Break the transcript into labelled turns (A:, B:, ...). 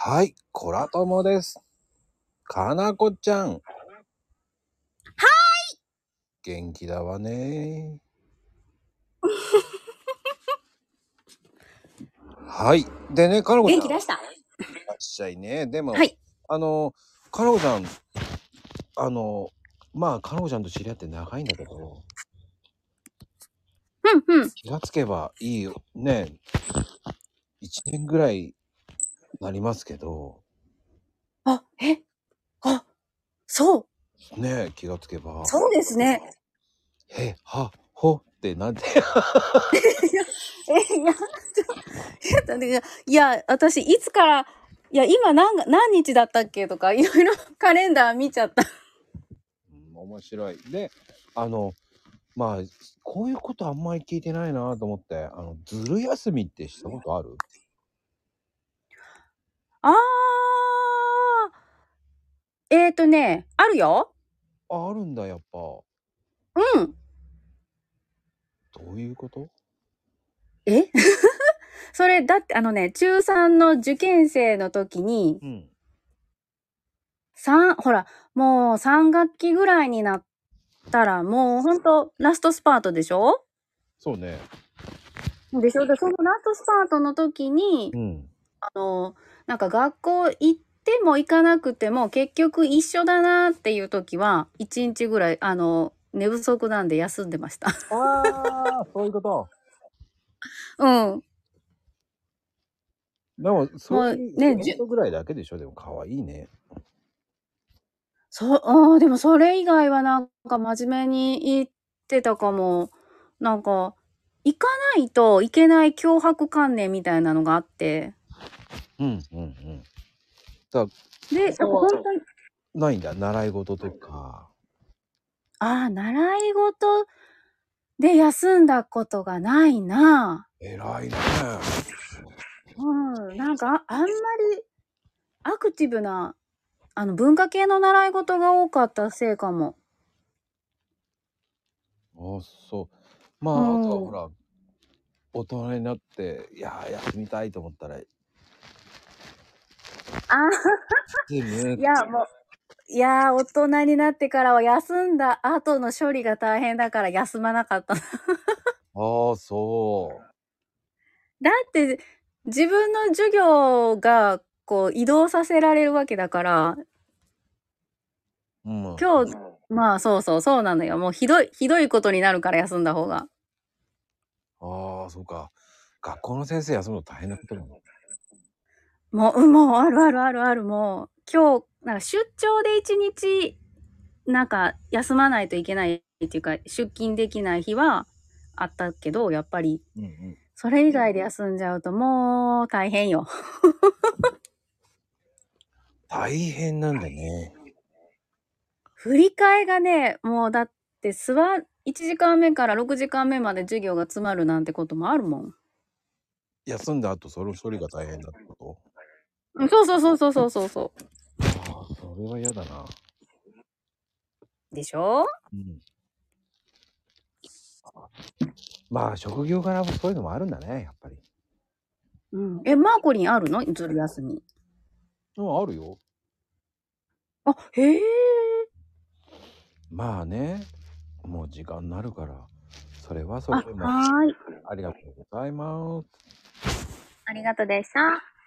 A: はい、コラトモです。かなこちゃん。はい。元気だわ ね。はい。でね、かなこちゃん。
B: 元気出した
A: いらっしゃいね。でも、
B: はい
A: あの、かなこちゃん、あの、まあ、かなこちゃんと知り合って長いんだけど、
B: うんうん。
A: 気がつけばいいよ。ね、1年ぐらいなりますけど、
B: あ、えあ、そう。
A: ね、気がつけば。
B: そうですね。
A: へ、は、ほってなんて。
B: え、いや、ちょっと 待って、いや、私、いつから、いや、今何が、何日だったっけとか、いろいろ カレンダー見ちゃった。
A: うん面白い。で、あの、まあ、こういうことあんまり聞いてないなと思って、あの、ずる休みってしたことある
B: あー。えーとね、あるよ。
A: ああるんだ、やっぱ。ど
B: うん。
A: ういうこと
B: え それ、だって、あのね、中3の受験生の時に、
A: うん。
B: 三、ほら、もう3学期ぐらいになったら、もうほんと、ラストスパートでしょ
A: そうね。
B: でしょで、そのラストスパートの時に
A: う、ん。
B: あの、なんか学校行っても行かなくても、結局一緒だなっていう時は、1日ぐらい、あの、寝不足なんで休んでました。
A: ああ、そういうこと。
B: うん。
A: でも、そういう、
B: ねじゅ
A: 10ぐらいだけでしょでも、可愛いね。
B: そう、うん、でもそれ以外はなんか真面目に行ってたかも。なんか、行かないといけない脅迫観念みたいなのがあって。
A: うん、うん、うん。
B: で、
A: そう
B: 本当に、
A: ないんだ、習い事とか。
B: ああ、習い事で休んだことがないな。
A: 偉いね。
B: うん、なんかああんまりアクティブなあの文化系の習い事が多かったせいかも。
A: あそう。まあ、
B: うん
A: あとはほら、大人になって、いやー、休みたいと思ったら、
B: あ
A: でね
B: いやもういやー大人になってからは休んだ後の処理が大変だから休まなかった。だ
A: ああ、そう。
B: って自分の授業がこう移動させられるわけだから
A: うん、
B: 今日まあそうそうそうなのよもうひどいひどいことになるから休んだ方が。
A: ああそうか学校の先生休むの大変なことだもん
B: もう、うんもう、あるあるあるある、もう、今日、なんか出張で一日、なんか休まないといけないっていうか、出勤できない日はあったけど、やっぱり、
A: うんうん
B: それ以外で休んじゃうともう大変よ。
A: 大変なんだね
B: 振り替えがね、もうだって座、1時間目から6時間目まで授業が詰まるなんてこともあるもん。
A: 休んだ後その処理が大変だってこ
B: うんそうそうそうそうそうそうそ
A: とああそれは嫌だな
B: う。でしょ
A: うんまあ職業柄もそういうのもあるんだねやっぱり
B: うん。え、マーコリンあるのずる休み。
A: うんあるよ
B: あ、へえ。
A: まあねもう時間になるからそれはそ
B: あ、
A: れでもあ
B: はーい。
A: りがとうございます
B: ありがとうでした。